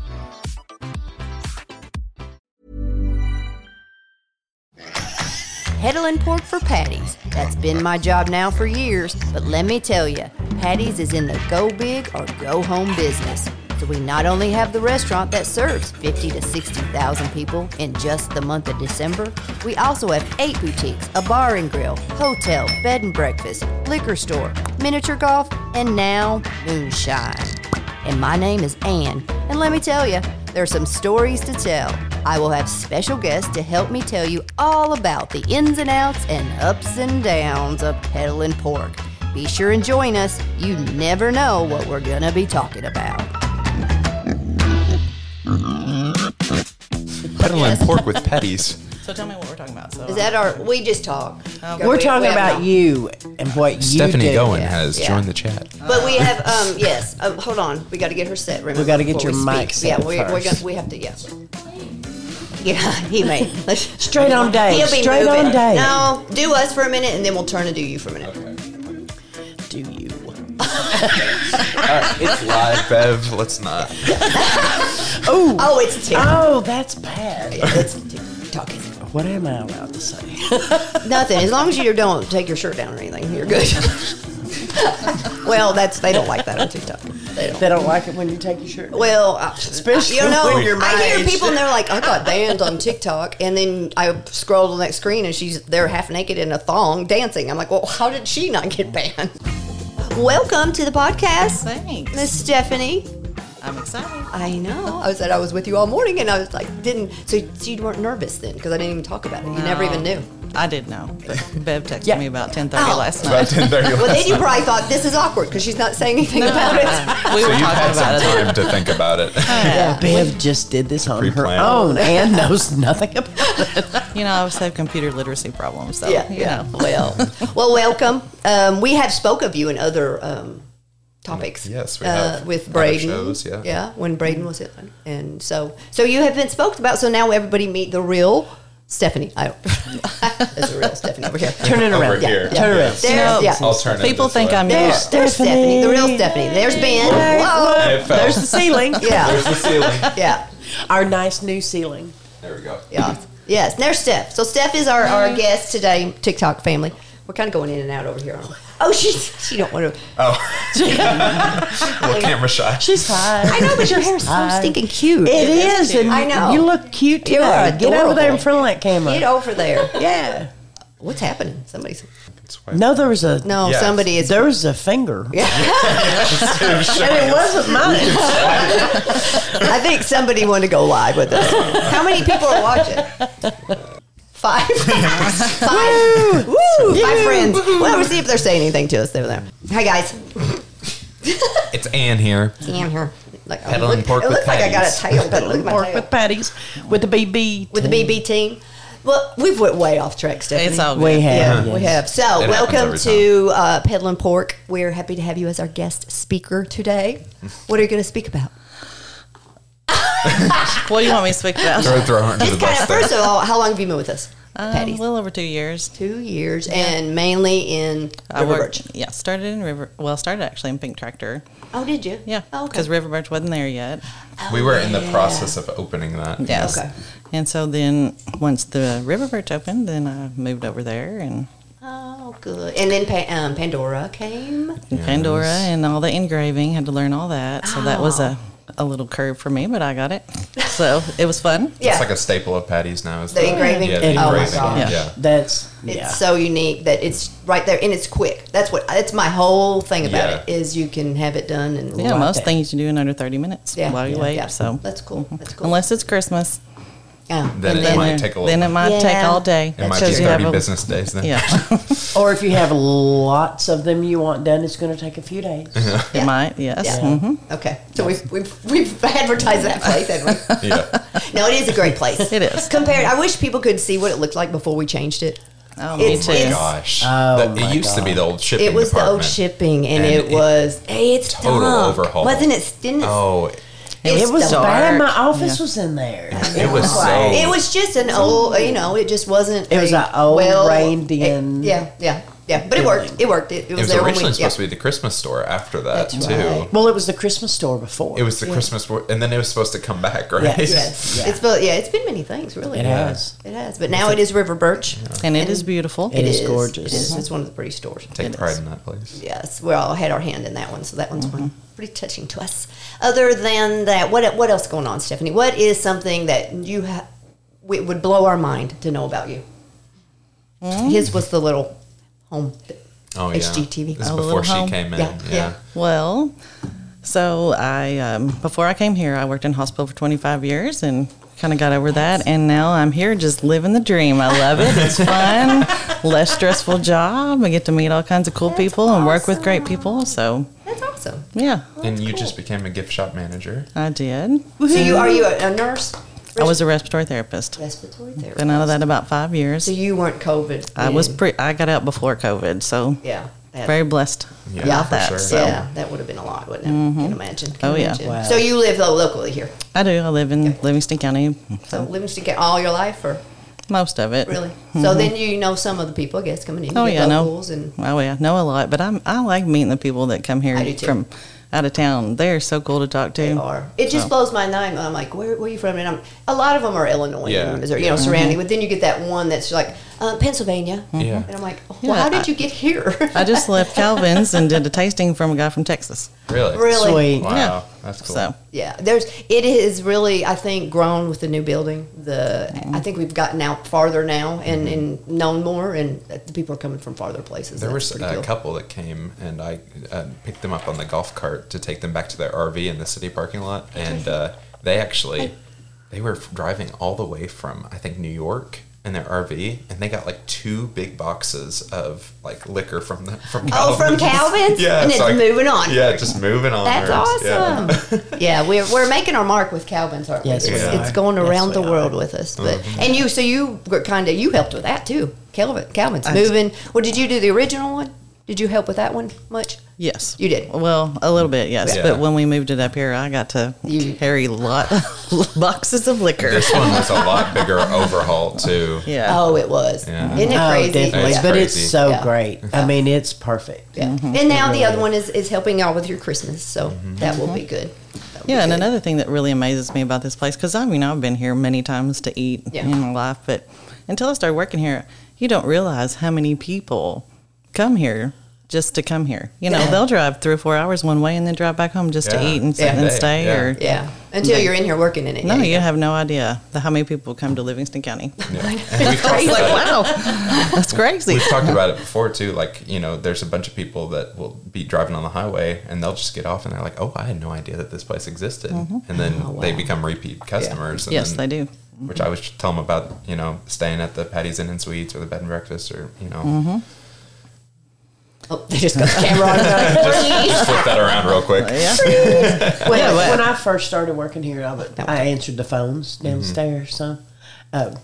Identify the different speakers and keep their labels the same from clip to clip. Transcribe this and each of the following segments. Speaker 1: Peddling pork for patties. That's been my job now for years, but let me tell you, patties is in the go big or go home business. So we not only have the restaurant that serves 50 to 60,000 people in just the month of December, we also have eight boutiques, a bar and grill, hotel, bed and breakfast, liquor store, miniature golf, and now moonshine and my name is Anne. And let me tell you, there are some stories to tell. I will have special guests to help me tell you all about the ins and outs and ups and downs of peddling pork. Be sure and join us. You never know what we're going to be talking about.
Speaker 2: Peddling pork with patties.
Speaker 3: So tell me what we're talking about. So
Speaker 1: Is that our? We just talk.
Speaker 4: We're
Speaker 1: Uh, We-
Speaker 4: talking
Speaker 1: we have
Speaker 4: about
Speaker 1: not-
Speaker 4: you and what you
Speaker 2: Stephanie
Speaker 4: do.
Speaker 2: Goen
Speaker 1: yeah,
Speaker 2: has
Speaker 1: yeah.
Speaker 2: joined the chat.
Speaker 1: But we have, um, yes. Um, hold on, we got to get her set. Remember,
Speaker 4: We gotta get
Speaker 1: before
Speaker 4: your
Speaker 1: we
Speaker 4: mic
Speaker 1: speak.
Speaker 4: set
Speaker 1: Yeah, we, we're
Speaker 4: first.
Speaker 1: gonna, we have to. Yeah. Yeah, he may. Let's-
Speaker 4: Straight on Dave,
Speaker 1: He'll be
Speaker 4: straight
Speaker 1: moving.
Speaker 4: on Dave.
Speaker 1: No, do us for a minute, and then we'll turn and do you for a minute.
Speaker 4: Do you?
Speaker 3: Oh.
Speaker 2: It's live, Bev. Let's not.
Speaker 1: Oh, it's Tim.
Speaker 4: Oh, that's bad.
Speaker 1: it's Tim talking.
Speaker 4: What am I allowed to say?
Speaker 1: Nothing. As long as you don't take your shirt down or anything, you're good. well, that's they don't like that on TikTok. They don't.
Speaker 4: They don't like it when you take your shirt. off.
Speaker 1: Well, I-
Speaker 4: Especially
Speaker 1: you know,
Speaker 4: when you're my
Speaker 1: I hear
Speaker 4: age.
Speaker 1: people and they're like, "I got banned on TikTok," and then I scroll to the next screen and she's they're half naked in a thong dancing. I'm like, "Well, how did she not get banned?" Welcome to the podcast,
Speaker 3: thanks.
Speaker 1: Miss Stephanie.
Speaker 3: I'm excited.
Speaker 1: I know. I said I was with you all morning, and I was like, didn't. So you weren't nervous then because I didn't even talk about it. You never even knew.
Speaker 3: I did know, but Bev texted
Speaker 4: Yeah.
Speaker 3: me about 10:30
Speaker 1: Oh.
Speaker 3: last
Speaker 2: About
Speaker 3: night.
Speaker 2: 10:30
Speaker 1: Well,
Speaker 2: last
Speaker 1: then you probably thought this is awkward because she's not saying anything about it.
Speaker 3: we were
Speaker 2: So you've
Speaker 3: talking
Speaker 2: had some
Speaker 3: about it.
Speaker 2: time to think about it.
Speaker 4: Yeah, Bev just did this on her
Speaker 2: Pre-planned.
Speaker 4: own and knows nothing about it.
Speaker 3: You know, I always have computer literacy problems, so
Speaker 1: Yeah,
Speaker 3: you
Speaker 1: yeah.
Speaker 3: know.
Speaker 1: Well, well, welcome. Um, we have spoke of you in other um, topics.
Speaker 2: Yes, we
Speaker 1: uh,
Speaker 2: have.
Speaker 1: with
Speaker 2: Other
Speaker 1: Braden.
Speaker 2: shows, yeah.
Speaker 1: when Braden was in, and so so you have been spoke about. So now everybody meet the real Stephanie, I don't. There's a real Stephanie over here.
Speaker 4: Turn it
Speaker 2: Over
Speaker 4: around.
Speaker 2: here.
Speaker 4: Turn it around.
Speaker 1: There's,
Speaker 3: No.
Speaker 1: yeah.
Speaker 2: I'll turn it.
Speaker 3: People
Speaker 2: this
Speaker 3: think
Speaker 2: way.
Speaker 3: I'm
Speaker 1: There's, there's Stephanie, the real Stephanie. There's Ben. Whoa.
Speaker 2: It fell.
Speaker 4: There's the ceiling.
Speaker 2: There's
Speaker 1: Yeah,
Speaker 2: the ceiling.
Speaker 1: yeah,
Speaker 4: Our nice new ceiling.
Speaker 2: There we go.
Speaker 1: yeah. Yes, and there's Steph. So Steph is our, our guest today, TikTok family. We're kind of going in and out over here. aren't we? Oh, she she don't want to.
Speaker 2: Well, camera shot.
Speaker 4: She's fine.
Speaker 1: I know, but your hair's so stinking cute.
Speaker 4: It is, and
Speaker 1: I know.
Speaker 4: you look cute too.
Speaker 1: You are
Speaker 4: Get over there
Speaker 1: adorable.
Speaker 4: in front of that camera.
Speaker 1: Get over there.
Speaker 4: yeah.
Speaker 1: What's happening? Somebody's
Speaker 4: No, there was a
Speaker 1: no.
Speaker 2: Yes.
Speaker 1: Somebody is.
Speaker 4: There was a finger.
Speaker 2: Shot.
Speaker 4: It wasn't mine.
Speaker 1: I think somebody wanted to go live with us. How many people are watching? Five. Five. Woo! Five friends. Well, we'll see if they're saying anything to us over there. Hi guys.
Speaker 2: It's Anne here.
Speaker 1: Damn her. Like, oh,
Speaker 2: Peddling
Speaker 1: look-
Speaker 2: pork
Speaker 1: it
Speaker 2: with
Speaker 1: looks like I got a tail, but look at my
Speaker 4: Pork
Speaker 1: tail.
Speaker 4: with patties with the BB.
Speaker 1: with the BB team. Well, we've went way off track, Stephanie.
Speaker 3: It's all
Speaker 4: We
Speaker 3: good.
Speaker 4: have.
Speaker 1: Yeah, we have. So,
Speaker 2: It happens
Speaker 1: welcome
Speaker 2: every
Speaker 1: to uh, Peddling Pork. We're happy to have you as our guest speaker today. What are you going to speak about?
Speaker 3: What do you want me to speak about?
Speaker 2: Throw, throw her under the
Speaker 1: Just kind
Speaker 2: bus
Speaker 1: of,
Speaker 2: there.
Speaker 1: first of all, how long have you been with us,
Speaker 3: Um,
Speaker 1: Patty?
Speaker 3: a little over two years.
Speaker 1: Two years, and mainly in
Speaker 3: I
Speaker 1: River
Speaker 3: worked.
Speaker 1: Birch.
Speaker 3: Yeah, started in River. Well, started actually in Pink Tractor.
Speaker 1: Oh, did you?
Speaker 3: Yeah,
Speaker 1: Oh, okay.
Speaker 3: because River Birch wasn't there yet.
Speaker 2: we were in the process of opening that.
Speaker 3: Yes.
Speaker 1: Okay.
Speaker 3: And so then once the River Birch opened, then I moved over there and
Speaker 1: Oh, good. And then pa- um, Pandora came.
Speaker 3: Pandora and all the engraving. Had to learn all that, so that was a a little curve for me, but I got it. So it was fun.
Speaker 1: Yeah.
Speaker 2: It's like a staple of Patty's now. Is
Speaker 1: The engraving?
Speaker 2: Yeah, the
Speaker 4: Oh, my
Speaker 2: engraving.
Speaker 1: gosh.
Speaker 2: Yeah.
Speaker 4: That's
Speaker 1: It's
Speaker 4: yeah.
Speaker 1: so unique that it's right there and it's quick. That's what that's my whole thing about
Speaker 2: Yeah.
Speaker 1: it is you can have it done and
Speaker 3: Yeah, most
Speaker 4: it.
Speaker 3: things you do in under thirty minutes
Speaker 1: Yeah.
Speaker 3: while you
Speaker 1: Yeah.
Speaker 3: wait.
Speaker 1: Yeah.
Speaker 3: So
Speaker 1: That's cool. That's cool.
Speaker 3: Unless it's Christmas,
Speaker 1: Yeah.
Speaker 2: Then
Speaker 1: And
Speaker 2: it might
Speaker 3: then-
Speaker 2: take a little.
Speaker 3: then it might take
Speaker 1: Yeah.
Speaker 3: all day.
Speaker 2: it
Speaker 3: That
Speaker 2: might be
Speaker 3: shows you have
Speaker 2: 30
Speaker 3: a-
Speaker 2: business days then.
Speaker 3: Yeah,
Speaker 4: Or if you have lots of them you want done, it's going to take a few days.
Speaker 3: it might. Yes.
Speaker 1: Yeah.
Speaker 3: Mhm.
Speaker 1: Okay. So we've, we've, we've advertised that place, haven't we?
Speaker 2: Yeah.
Speaker 1: no, it is a great place.
Speaker 3: It is.
Speaker 1: Compared, I wish people could see what it looked like before we changed it.
Speaker 3: Oh, me
Speaker 1: It's-
Speaker 3: too.
Speaker 1: it's-
Speaker 2: Gosh.
Speaker 4: Oh,
Speaker 2: That-
Speaker 4: my
Speaker 2: it used to be the old shipping
Speaker 1: It was the old
Speaker 2: department.
Speaker 1: shipping, and,
Speaker 2: And
Speaker 1: it,
Speaker 2: it-
Speaker 1: was hey, it's
Speaker 2: Total
Speaker 1: stunk.
Speaker 2: overhaul.
Speaker 1: wasn't it? Didn't it,
Speaker 2: Oh,
Speaker 1: it
Speaker 4: It was
Speaker 1: stunk.
Speaker 4: bad. My
Speaker 3: dark.
Speaker 4: office
Speaker 3: Yeah.
Speaker 4: was in there.
Speaker 2: it was so.
Speaker 1: It was just an old, you know, it just wasn't.
Speaker 4: It was
Speaker 1: a
Speaker 4: a old
Speaker 1: well-
Speaker 4: reined in
Speaker 1: it- yeah, yeah, yeah. But it worked. It worked. It, it was,
Speaker 2: It was
Speaker 1: there when
Speaker 2: originally
Speaker 1: we,
Speaker 2: supposed
Speaker 1: yeah.
Speaker 2: to be the Christmas store after that,
Speaker 1: That's
Speaker 2: too.
Speaker 1: right.
Speaker 4: Well, it was the Christmas store before.
Speaker 2: It was the Christmas, wo- and then it was supposed to come back, right?
Speaker 4: Yes.
Speaker 1: Yes,
Speaker 4: Yeah.
Speaker 1: it's been, yeah, it's been many things really.
Speaker 4: It has.
Speaker 1: It has, but now it is River Birch.
Speaker 3: and it is beautiful.
Speaker 4: It is gorgeous.
Speaker 1: It is. It's one of the pretty stores.
Speaker 2: Take pride in that place.
Speaker 1: Yes, we all had our hand in that one, so that one's one
Speaker 3: Mm-hmm.
Speaker 1: pretty touching to us. Other than that, what what else going on, Stephanie? What is something that you ha- it would blow our mind to know about you?
Speaker 3: Hmm?
Speaker 1: His was the little home.
Speaker 2: Oh yeah,
Speaker 1: HGTV.
Speaker 2: This is
Speaker 3: A little
Speaker 2: before she
Speaker 3: home.
Speaker 2: came in.
Speaker 1: Yeah,
Speaker 2: Yeah,
Speaker 1: yeah.
Speaker 3: Well, so I um, before I came here, I worked in hospital for 25 years and kind of got over that, and now I'm here just living the dream. I love it. It's fun, less stressful job. I get to meet all kinds of cool people and work with great people. So
Speaker 1: That's awesome.
Speaker 3: yeah,
Speaker 2: And you just became a gift shop manager.
Speaker 3: I did.
Speaker 1: So you are you a, a nurse?
Speaker 3: I was a respiratory therapist.
Speaker 1: respiratory
Speaker 3: Been
Speaker 1: therapist.
Speaker 3: out of that about five years.
Speaker 1: So you weren't COVID.
Speaker 3: I was
Speaker 1: then?
Speaker 3: pre. I got out before COVID, so
Speaker 1: yeah. that-
Speaker 3: very blessed.
Speaker 2: Yeah,
Speaker 3: about
Speaker 2: for
Speaker 3: that.
Speaker 2: sure.
Speaker 3: So
Speaker 1: yeah, that would have been a lot, wouldn't it? Can imagine. Can
Speaker 3: Oh, yeah.
Speaker 1: imagine.
Speaker 4: Wow.
Speaker 1: So you live though locally here,
Speaker 3: I do. I live in Livingston County,
Speaker 1: so
Speaker 3: so
Speaker 1: Livingston County all your life, or
Speaker 3: most of it.
Speaker 1: really? So then you know some of the people, I guess, coming in. You
Speaker 3: Mm-hmm. Oh
Speaker 1: get
Speaker 3: yeah, no.
Speaker 1: locals and
Speaker 3: Oh yeah, know a lot, but I'm I like meeting the people that come here
Speaker 1: I do, too.
Speaker 3: from out of town. They're so cool to talk to.
Speaker 1: they are. It just
Speaker 3: So-
Speaker 1: blows my mind. I'm like, where, where are you from? And I'm a lot of them are Illinois,
Speaker 2: Yeah.
Speaker 1: and Missouri, you know,
Speaker 3: Mm-hmm.
Speaker 1: surrounding. But then you get that one that's like uh, Pennsylvania,
Speaker 2: Yeah.
Speaker 1: and I'm like, well,
Speaker 3: Yeah,
Speaker 1: how did
Speaker 3: I-
Speaker 1: you get here?
Speaker 3: I just left Calvin's and did a tasting from a guy from Texas.
Speaker 2: Really?
Speaker 1: really
Speaker 4: Sweet.
Speaker 2: Wow,
Speaker 3: Yeah.
Speaker 2: that's cool.
Speaker 3: So
Speaker 1: Yeah, there's it is really I think grown with the new building. The
Speaker 3: Mm-hmm.
Speaker 1: I think we've gotten out farther now and, and known more, and the people are coming from farther places.
Speaker 2: Mm-hmm. There
Speaker 1: That's
Speaker 2: was
Speaker 1: pretty
Speaker 2: a
Speaker 1: cool.
Speaker 2: couple that came, and I uh, picked them up on the golf cart to take them back to their RV in the city parking lot, and uh, they actually they were driving all the way from I think New York in their RV, and they got like two big boxes of like liquor from the from
Speaker 1: Oh, from
Speaker 2: Calvin's.
Speaker 1: Calvin's,
Speaker 2: yeah,
Speaker 1: and it's
Speaker 2: so I-
Speaker 1: moving on.
Speaker 2: Yeah, just moving on.
Speaker 1: That's
Speaker 2: Herbs. Yeah.
Speaker 1: awesome. Yeah. we're we're making our mark with Calvin's, aren't we?
Speaker 4: Yes, we
Speaker 1: it's,
Speaker 2: are.
Speaker 1: it's going
Speaker 4: Yes,
Speaker 1: around
Speaker 4: we
Speaker 1: the
Speaker 4: are.
Speaker 1: world with us. But and you, so you were kind of you helped with that too. Calvin, Calvin's
Speaker 3: I-
Speaker 1: moving. Well, did you do the original one? Did you help with that one much?
Speaker 3: Yes.
Speaker 1: You did.
Speaker 3: Well, a little bit, yes.
Speaker 2: Yeah.
Speaker 3: But when we moved it up here, I got to carry lot boxes of liquor.
Speaker 2: This one was a lot bigger overhaul too.
Speaker 3: Yeah.
Speaker 1: Oh, it was.
Speaker 2: Yeah.
Speaker 1: Isn't it
Speaker 4: Oh,
Speaker 1: crazy?
Speaker 4: definitely.
Speaker 2: Yeah.
Speaker 4: But Mm-hmm.
Speaker 2: Crazy.
Speaker 4: it's so
Speaker 1: Yeah.
Speaker 4: great. I mean, it's perfect.
Speaker 1: Yeah. And now the other one is, is helping y'all with your Christmas, so that will
Speaker 4: Mm-hmm.
Speaker 1: be good. That will be
Speaker 3: Yeah, and
Speaker 1: good.
Speaker 3: another thing that really amazes me about this place, because I mean, I've been here many times to eat
Speaker 1: Yeah.
Speaker 3: in my life, but until I started working here, you don't realize how many people come here just to come here. You know,
Speaker 1: Yeah.
Speaker 3: they'll drive three or four hours one way and then drive back home just
Speaker 2: Yeah.
Speaker 3: to eat and, sit
Speaker 1: Yeah.
Speaker 3: and stay.
Speaker 2: Yeah.
Speaker 3: Or
Speaker 1: Yeah. Until you're in here working in it.
Speaker 3: no,
Speaker 1: yeah,
Speaker 3: you have no idea the, how many people come to Livingston County.
Speaker 2: And we've talked
Speaker 3: It's like,
Speaker 2: about it.
Speaker 1: Oh.
Speaker 3: wow, that's crazy.
Speaker 2: We've talked about it before too. Like you know, there's a bunch of people that will be driving on the highway and they'll just get off and they're like, "Oh, I had no idea that this place existed," and then they become repeat customers. And
Speaker 3: Yes,
Speaker 2: then-
Speaker 3: they do.
Speaker 2: Which I always tell them about, you know, staying at the Patty's Inn and Suites or the bed and breakfast or you know,
Speaker 1: Oh, they just got the camera on.
Speaker 2: just flip that around real quick.
Speaker 3: Yeah.
Speaker 4: When,
Speaker 3: Yeah, but-
Speaker 4: when I first started working here, I, would- I answered the phones downstairs. So um,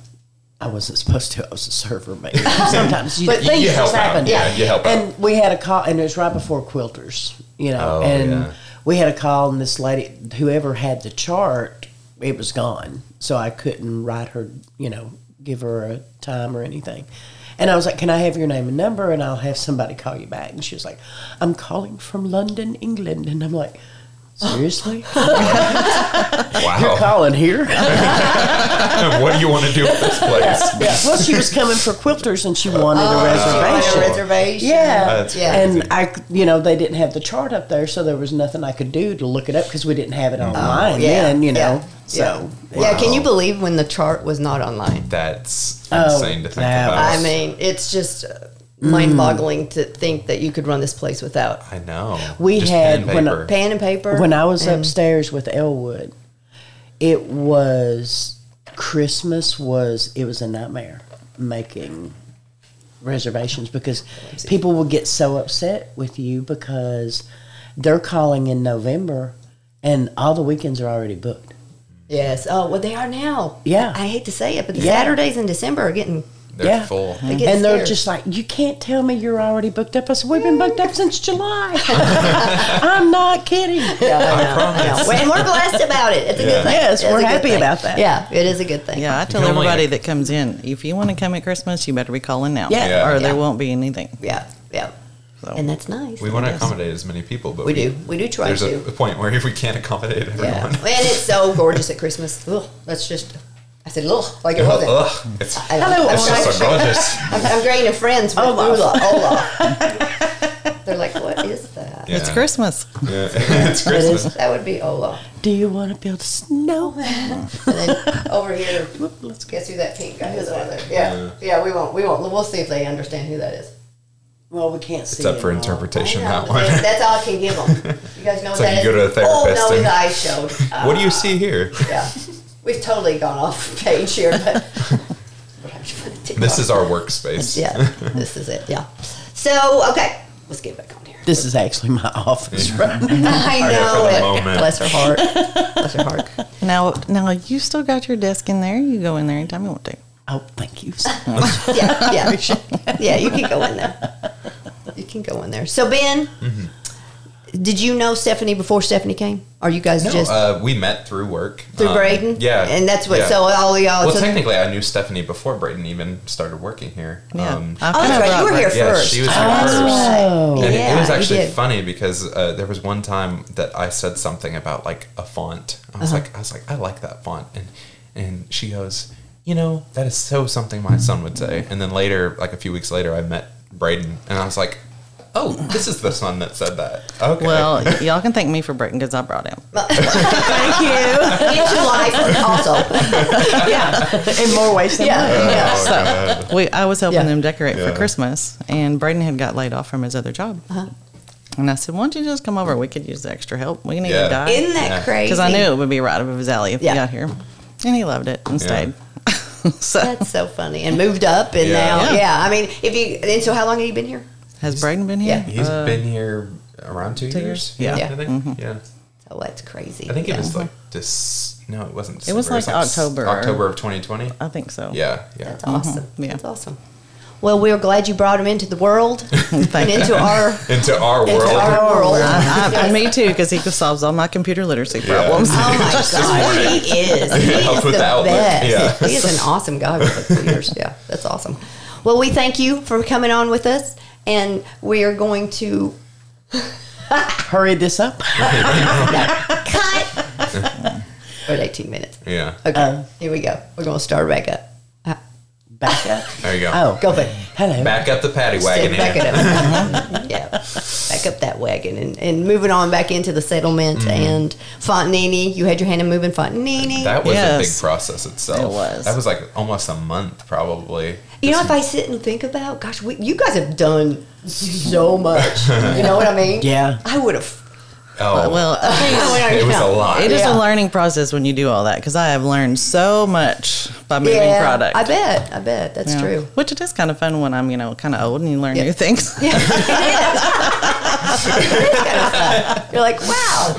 Speaker 4: I wasn't supposed to. I was a server, maybe. Sometimes you,
Speaker 1: But
Speaker 4: things
Speaker 2: you help
Speaker 4: just
Speaker 2: out.
Speaker 4: happen.
Speaker 2: Yeah, you help out.
Speaker 4: And we had a call, and it was right before quilters, you know.
Speaker 2: Oh,
Speaker 4: and
Speaker 2: yeah.
Speaker 4: we had a call, and this lady, whoever had the chart, it was gone. So I couldn't write her, you know, give her a time or anything. And I was like, "Can I have your name and number, and I'll have somebody call you back?" And she was like, "I'm calling from London, England," and I'm like. Seriously? You're
Speaker 2: Wow.
Speaker 4: calling here?
Speaker 2: what do you want to do with this place?
Speaker 4: well, she was coming for quilters and Oh, she wanted a
Speaker 1: On
Speaker 4: reservation.
Speaker 1: Oh, a reservation.
Speaker 4: Yeah.
Speaker 2: Oh, That's
Speaker 1: Yeah.
Speaker 2: crazy.
Speaker 4: And I, you know, they didn't have the chart up there, so there was nothing I could do to look it up because we didn't have
Speaker 2: Oh,
Speaker 4: it online
Speaker 1: yeah,
Speaker 4: then, you
Speaker 1: yeah,
Speaker 4: know. So,
Speaker 1: Yeah. Can you believe when the chart was not online?
Speaker 2: That's
Speaker 4: Oh,
Speaker 2: insane to think
Speaker 4: that
Speaker 2: about.
Speaker 1: I mean, it's just mind boggling to think that you could run this place without
Speaker 2: I know.
Speaker 4: We had-
Speaker 2: pen and
Speaker 4: when I-
Speaker 2: paper.
Speaker 1: pen and paper.
Speaker 4: when I was
Speaker 1: Mm.
Speaker 4: upstairs with Elwood, it was Christmas was it was a nightmare making reservations because people will get so upset with you because they're calling in November and all the weekends are already booked.
Speaker 1: yes. Oh, well, they are now.
Speaker 4: Yeah.
Speaker 1: I hate to say it, but the
Speaker 4: Yeah.
Speaker 1: Saturdays in December are getting.
Speaker 2: They're
Speaker 4: yeah.
Speaker 2: full.
Speaker 1: They get
Speaker 4: and they're
Speaker 1: scared.
Speaker 4: just like, you can't tell me you're already booked up. I said, we've been booked up since July. I'm not kidding.
Speaker 2: I promise.
Speaker 1: and we're blessed about it. It's a good
Speaker 2: Yeah.
Speaker 1: thing.
Speaker 4: Yes,
Speaker 1: It's
Speaker 4: we're
Speaker 1: a good
Speaker 4: happy
Speaker 1: thing.
Speaker 4: about that.
Speaker 1: Yeah, it is a good thing.
Speaker 3: Yeah, I tell
Speaker 2: can only-
Speaker 3: everybody that comes in, if you want to come at Christmas, you better be calling now,
Speaker 4: Yeah.
Speaker 2: Yeah.
Speaker 3: or
Speaker 1: Yeah.
Speaker 3: there won't be anything.
Speaker 1: Yeah, yeah. And that's nice.
Speaker 2: Oh. We want to accommodate as many people, but
Speaker 1: We do. We do try
Speaker 2: there's
Speaker 1: to.
Speaker 2: a point where we can't accommodate
Speaker 1: Yeah,
Speaker 2: everyone.
Speaker 1: and it's so gorgeous at Christmas. Ugh, that's just. I said, ugh, like it wasn't.
Speaker 2: Ugh, it's,
Speaker 1: I know.
Speaker 4: Hello,
Speaker 1: I'm,
Speaker 2: Uh, it's just so
Speaker 1: trying to-
Speaker 2: gorgeous.
Speaker 1: I'm, I'm grading friends with
Speaker 4: Olaf.
Speaker 1: Olaf. Olaf. They're like, what is that?
Speaker 3: It's
Speaker 2: Yeah.
Speaker 3: Christmas.
Speaker 2: Yeah. it's Christmas.
Speaker 1: That would be Olaf.
Speaker 4: Do you want to build a snowman?
Speaker 1: And then over here, let's guess who that pink guy is over there. Yeah, yeah. We won't. We won't. We'll see if they understand who that is.
Speaker 4: Well, we can't see
Speaker 2: It's up
Speaker 4: it
Speaker 2: for
Speaker 4: all.
Speaker 2: interpretation,
Speaker 1: I know,
Speaker 2: that
Speaker 1: but that's-
Speaker 2: one.
Speaker 1: That's all I can give them. You guys know
Speaker 2: It's
Speaker 1: what
Speaker 2: like
Speaker 1: that
Speaker 2: you
Speaker 1: is?
Speaker 2: go to a therapist
Speaker 1: Oh no, his
Speaker 2: and-
Speaker 1: eyes showed.
Speaker 2: what do you see here?
Speaker 1: Yeah, we've totally gone off page here, but. but I'm trying to tick
Speaker 2: This
Speaker 1: off.
Speaker 2: is our workspace.
Speaker 1: Yeah, this is it. Yeah. So okay, let's get back on here.
Speaker 4: This is actually my office. Right?
Speaker 1: I
Speaker 2: here
Speaker 1: know
Speaker 2: for the
Speaker 1: it.
Speaker 2: moment.
Speaker 1: Bless her heart. Bless her heart.
Speaker 3: Now, now you still got your desk in there. You go in there anytime you want to.
Speaker 4: Oh, thank you.
Speaker 1: Yeah, yeah, yeah. You can go in there. You can go in there. So Ben, did you know Stephanie before Stephanie came? Are you guys
Speaker 2: Mm-hmm. No,
Speaker 1: just
Speaker 2: uh, we met through work.
Speaker 1: through
Speaker 2: Um,
Speaker 1: Braden?
Speaker 2: Yeah.
Speaker 1: and that's what.
Speaker 2: yeah.
Speaker 1: So all y'all.
Speaker 2: Well,
Speaker 1: so-
Speaker 2: technically, I knew Stephanie before Braden even started working here.
Speaker 3: Yeah,
Speaker 2: Um,
Speaker 3: I
Speaker 1: oh,
Speaker 3: kinda
Speaker 1: that's right.
Speaker 3: brought
Speaker 1: You were
Speaker 3: my-
Speaker 1: here
Speaker 2: yeah,
Speaker 1: first.
Speaker 2: she was here
Speaker 1: That's
Speaker 2: first.
Speaker 1: right.
Speaker 2: And
Speaker 1: yeah,
Speaker 2: it, it was
Speaker 1: you
Speaker 2: actually
Speaker 1: did.
Speaker 2: funny because uh, there was one time that I said something about like a font. I was like, I was like, I like that font, and and she goes, you know, that is so something my son would say. And then later, like a few weeks later, I met Braden, and I was like, oh, this is the son that said that. Okay,
Speaker 3: Well, y- y'all can thank me for breaking because I brought him.
Speaker 1: Thank you. Get your life also.
Speaker 4: In more ways than
Speaker 1: Yeah. yeah.
Speaker 2: Uh,
Speaker 3: So we, I was helping
Speaker 1: Yeah.
Speaker 3: them decorate
Speaker 2: Yeah.
Speaker 3: for Christmas, and Braden had got laid off from his other job. And I said, "Why don't you just come over? We could use the extra help. We need
Speaker 2: Yeah.
Speaker 3: a guy."
Speaker 1: Isn't that
Speaker 2: Yeah.
Speaker 1: crazy?
Speaker 3: because I knew it would be right up his alley if
Speaker 1: Yeah.
Speaker 3: he got here, and he loved it and stayed. so
Speaker 1: That's so funny. And moved up and
Speaker 2: Yeah.
Speaker 1: now, yeah.
Speaker 3: Yeah.
Speaker 1: I mean, if you, and so how long have you been here?
Speaker 3: has Braden been here?
Speaker 1: Yeah.
Speaker 2: he's
Speaker 3: Uh,
Speaker 2: been here around two,
Speaker 3: two
Speaker 2: years.
Speaker 3: years?
Speaker 1: Yeah.
Speaker 2: I think. Yeah,
Speaker 1: Oh, that's crazy.
Speaker 2: I think
Speaker 1: yeah.
Speaker 2: it was like this. No, it wasn't. December.
Speaker 3: was like
Speaker 2: s-
Speaker 3: October. Oh.
Speaker 2: October of 2020.
Speaker 3: I think so.
Speaker 2: Yeah, yeah.
Speaker 1: That's awesome.
Speaker 3: Yeah.
Speaker 1: That's awesome. Well, we're glad you brought him into the world and into our
Speaker 2: into our
Speaker 1: into
Speaker 2: world.
Speaker 1: our world.
Speaker 3: I, I, me too, because he solves all my computer literacy problems.
Speaker 1: Oh my God, he is. He
Speaker 2: Help
Speaker 1: is
Speaker 2: with
Speaker 1: the
Speaker 2: the outlet.
Speaker 1: best.
Speaker 2: Yeah.
Speaker 1: He is an awesome guy with the computers. Yeah, that's awesome. Well, we thank you for coming on with us, and we are going to
Speaker 4: Hurry this up.
Speaker 1: cut. We're at 18 minutes.
Speaker 2: Yeah.
Speaker 1: Okay, here we go. We're going to start back up.
Speaker 4: Back up.
Speaker 2: There you go.
Speaker 4: Oh,
Speaker 1: Go for it.
Speaker 4: hello.
Speaker 2: Back up the paddy wagon.
Speaker 1: Back
Speaker 2: Ann.
Speaker 1: it up. yeah, back up that wagon and, and moving on back into the settlement and Fontanini. You had your hand in moving Fontanini.
Speaker 2: That was a
Speaker 3: Yes.
Speaker 2: big process itself.
Speaker 3: It was.
Speaker 2: That was like almost a month, probably.
Speaker 1: You know, if I sit and think about, gosh, we, you guys have done so much. You know what I mean?
Speaker 4: Yeah.
Speaker 1: I would have.
Speaker 2: Oh,
Speaker 3: Well, uh,
Speaker 2: it was a lot.
Speaker 3: it is
Speaker 1: Yeah.
Speaker 3: a learning process when you do all that because I have learned so much by moving
Speaker 1: Yeah,
Speaker 3: product.
Speaker 1: I bet. I bet that's
Speaker 3: Yeah.
Speaker 1: true.
Speaker 3: Which it is kind of fun when I'm, you know, kind of old and you learn
Speaker 1: Yeah.
Speaker 3: new things.
Speaker 1: You're like, wow,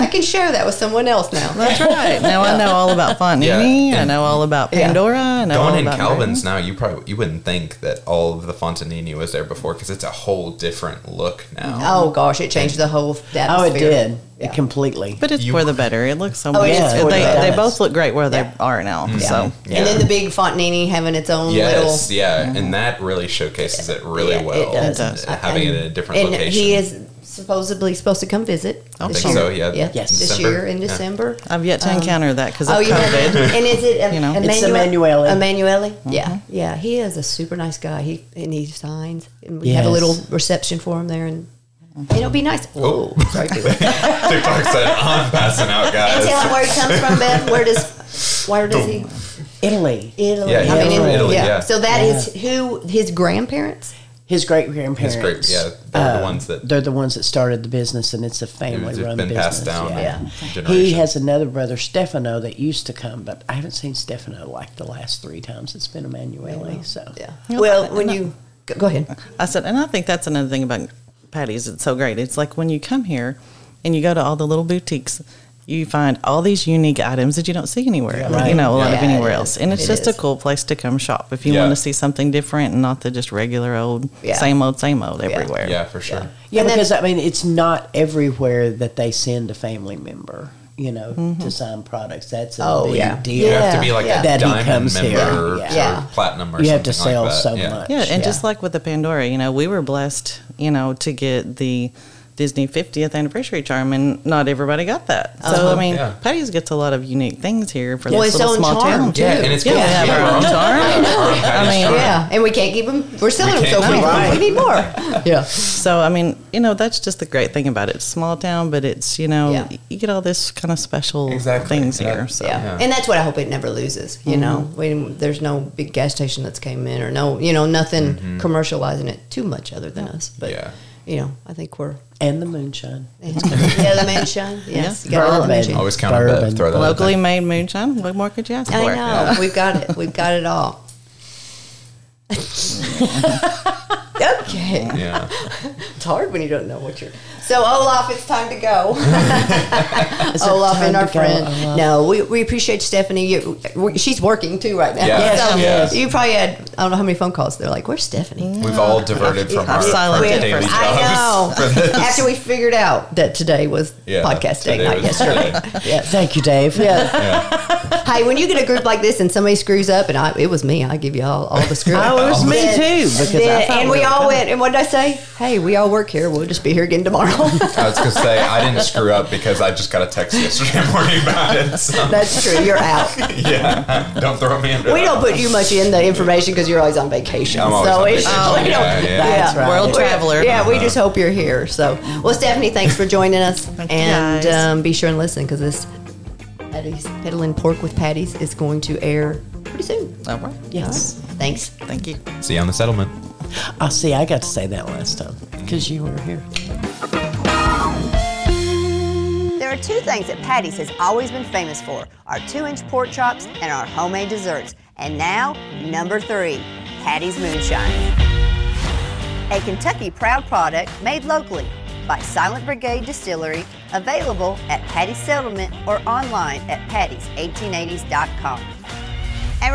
Speaker 1: I can share that with someone else now.
Speaker 3: That's right. Now I know all about Fontanini. I know all about
Speaker 1: Yeah.
Speaker 3: Pandora. I know all
Speaker 2: Going in
Speaker 3: about
Speaker 2: Calvin's now, you probably you wouldn't think that all of the Fontanini was there before because it's a whole different look now.
Speaker 1: Oh gosh, it changed the whole atmosphere.
Speaker 4: Oh, it did. It completely.
Speaker 3: But it's
Speaker 2: You-
Speaker 3: for the better. It looks so
Speaker 1: Oh,
Speaker 3: much.
Speaker 1: it is
Speaker 4: for the
Speaker 3: they,
Speaker 4: better.
Speaker 3: they both look great where
Speaker 1: Yeah.
Speaker 3: they are now.
Speaker 2: Mm.
Speaker 3: So
Speaker 1: And then the big Fontanini having its own
Speaker 2: Yes,
Speaker 1: little.
Speaker 2: yeah, and that really showcases it really
Speaker 1: Yeah, it
Speaker 2: well. uh,
Speaker 1: does.
Speaker 3: It does.
Speaker 2: Having it in a different
Speaker 1: and
Speaker 2: location.
Speaker 1: he is supposedly supposed to come visit. I
Speaker 2: think so, yeah.
Speaker 4: Yes.
Speaker 1: This
Speaker 2: December.
Speaker 1: year in
Speaker 2: Yeah.
Speaker 1: December.
Speaker 3: I've yet
Speaker 4: Um,
Speaker 3: to encounter that because of
Speaker 1: Oh, you
Speaker 3: COVID.
Speaker 1: have, and is it um,
Speaker 3: You know. It's Mm-hmm.
Speaker 4: Emanuele.
Speaker 1: Emanuele? Yeah, yeah. He is a super nice guy. He and he signs. And we have a
Speaker 4: Yes.
Speaker 1: little reception for him there, and
Speaker 3: Mm-hmm.
Speaker 1: it'll be nice. Whoa,
Speaker 2: Oh.
Speaker 1: sorry. Felix. and
Speaker 2: TikTok said, "I'm passing out, guys."
Speaker 1: tell him where he comes from, Beth. Where does where does he?
Speaker 4: Italy.
Speaker 1: Italy.
Speaker 2: Yeah, he's
Speaker 4: from
Speaker 2: Italy, yeah.
Speaker 1: So that is who his grandparents.
Speaker 4: His great grandparents.
Speaker 2: It's great. Yeah, they're
Speaker 4: Um,
Speaker 2: the ones that
Speaker 4: They're the ones that started the business, and it's a family
Speaker 2: it's
Speaker 4: run
Speaker 2: been
Speaker 4: business.
Speaker 2: passed down.
Speaker 1: yeah.
Speaker 4: He
Speaker 2: generation.
Speaker 4: has another brother, Stefano, that used to come, but I haven't seen Stefano like the last three times it's been Emanuele. So
Speaker 1: Yeah. Well, when you go, go ahead.
Speaker 3: I said, and I think that's another thing about Patty's. It's so great. It's like when you come here and you go to all the little boutiques, you find all these unique items that you don't see anywhere. You know, a lot of
Speaker 1: Yeah,
Speaker 3: anywhere
Speaker 1: it
Speaker 3: else,
Speaker 1: is.
Speaker 3: and it's
Speaker 1: It
Speaker 3: just
Speaker 1: is.
Speaker 3: a cool place to come shop if you
Speaker 2: Yeah.
Speaker 3: want to see something different and not the just regular old
Speaker 1: Yeah.
Speaker 3: same old same old everywhere.
Speaker 2: yeah, for sure.
Speaker 4: yeah,
Speaker 1: And then-
Speaker 4: because I mean, it's not everywhere that they send a family member, you know, to sign products. That's a
Speaker 1: Mm-hmm. Oh,
Speaker 4: big
Speaker 1: yeah.
Speaker 4: deal.
Speaker 2: You have to be
Speaker 1: Yeah,
Speaker 2: like
Speaker 1: yeah.
Speaker 2: a
Speaker 4: That he
Speaker 2: diamond
Speaker 4: comes
Speaker 2: member
Speaker 4: here.
Speaker 2: Or,
Speaker 4: Yeah.
Speaker 1: Yeah.
Speaker 2: platinum or
Speaker 4: You
Speaker 2: something
Speaker 4: have to sell
Speaker 2: like that.
Speaker 4: so
Speaker 2: yeah.
Speaker 4: much.
Speaker 3: Yeah, and just like with the Pandora, you know, we were blessed, you know, to get the Disney 50th anniversary charm, and not everybody got that. So I mean,
Speaker 2: Yeah.
Speaker 3: Patty's gets a lot of unique things here for
Speaker 1: Uh-huh. Well,
Speaker 3: this
Speaker 1: its
Speaker 3: little
Speaker 1: own
Speaker 3: small
Speaker 1: charm,
Speaker 3: town.
Speaker 1: too.
Speaker 2: Yeah, and it's
Speaker 3: Yeah,
Speaker 2: cool.
Speaker 3: we have our own charm.
Speaker 2: I
Speaker 3: mean,
Speaker 1: Yeah, and we can't keep them. We're selling them,
Speaker 2: can't
Speaker 1: so
Speaker 2: keep
Speaker 1: we,
Speaker 2: 'em.
Speaker 1: we need more.
Speaker 4: yeah.
Speaker 3: So I mean, you know, that's just the great thing about it. It's small town, but it's you know,
Speaker 1: Yeah.
Speaker 3: you get all this kind of special
Speaker 2: Exactly,
Speaker 3: things
Speaker 2: yeah.
Speaker 3: here. So
Speaker 1: yeah. and that's what I hope it never loses. You know, we, there's no big gas station that's came in, or no, you know, nothing commercializing it too much other than us. But
Speaker 2: Mm-hmm. Yeah.
Speaker 1: you know, I think we're
Speaker 4: And the moonshine.
Speaker 1: yeah, the moonshine. Yes, you gotta love the
Speaker 4: Bourbon.
Speaker 1: moonshine.
Speaker 2: Always count on that.
Speaker 4: Bourbon.
Speaker 2: Throw that in
Speaker 3: locally
Speaker 2: there.
Speaker 3: made moonshine. What more could you ask
Speaker 1: I
Speaker 3: for?
Speaker 1: know we've got it. We've got it all. okay,
Speaker 2: Yeah.
Speaker 1: it's hard when you don't know what you're. So Olaf, it's time to go. Olaf and our
Speaker 4: to go,
Speaker 1: friend.
Speaker 4: Olaf?
Speaker 1: No, we, we appreciate Stephanie. You, we- she's working too right now.
Speaker 2: Yeah. Yes,
Speaker 1: so
Speaker 2: she is.
Speaker 1: You probably had I don't know how many phone calls. They're like, "Where's Stephanie?"
Speaker 4: Mm.
Speaker 2: We've all diverted from
Speaker 3: I've
Speaker 2: our, our
Speaker 3: silenced it
Speaker 2: daily jobs.
Speaker 3: first.
Speaker 1: I know. After we figured out that today was
Speaker 2: Yeah,
Speaker 1: podcast day,
Speaker 2: today
Speaker 1: not
Speaker 2: was
Speaker 1: yesterday. yes.
Speaker 4: Thank you, Dave. Yeah.
Speaker 1: Hey, when you get a group like this and somebody screws up, and I, it was me, I give you all, all the screw up.
Speaker 4: Oh, it was me
Speaker 1: Then-
Speaker 4: too, because I
Speaker 1: then-
Speaker 4: thought
Speaker 1: and
Speaker 4: we
Speaker 1: we
Speaker 4: were
Speaker 1: all
Speaker 4: done.
Speaker 1: went. And what did I say? Hey, we all work here. We'll just be here again tomorrow.
Speaker 2: I was gonna say I didn't screw up because I just got a text yesterday morning about it. So
Speaker 1: That's true. You're out.
Speaker 2: yeah, don't throw me under.
Speaker 1: We
Speaker 2: that.
Speaker 1: don't put you much in the information because you're always on vacation.
Speaker 2: I'm always
Speaker 1: so
Speaker 2: on
Speaker 1: it's
Speaker 2: vacation.
Speaker 1: we
Speaker 2: Yeah,
Speaker 1: don't-
Speaker 2: yeah. That's
Speaker 4: right.
Speaker 3: World
Speaker 1: We're-
Speaker 3: traveler.
Speaker 1: Yeah, we just hope you're here. So, well, Stephanie, thanks for joining us,
Speaker 3: Thank you,
Speaker 1: and
Speaker 3: guys.
Speaker 1: um, be sure and listen because this Patty's Peddling Pork with Patties is going to air pretty soon.
Speaker 3: All right.
Speaker 4: yes.
Speaker 1: Thanks.
Speaker 3: Thank you.
Speaker 2: See you on the settlement.
Speaker 4: Oh, see, I got to say that last time because you were here.
Speaker 1: There are two things that Patty's has always been famous for our two inch pork chops and our homemade desserts. And now, number three Patty's Moonshine. A Kentucky proud product made locally by Silent Brigade Distillery, available at Patty's Settlement or online at patty's1880s.com. And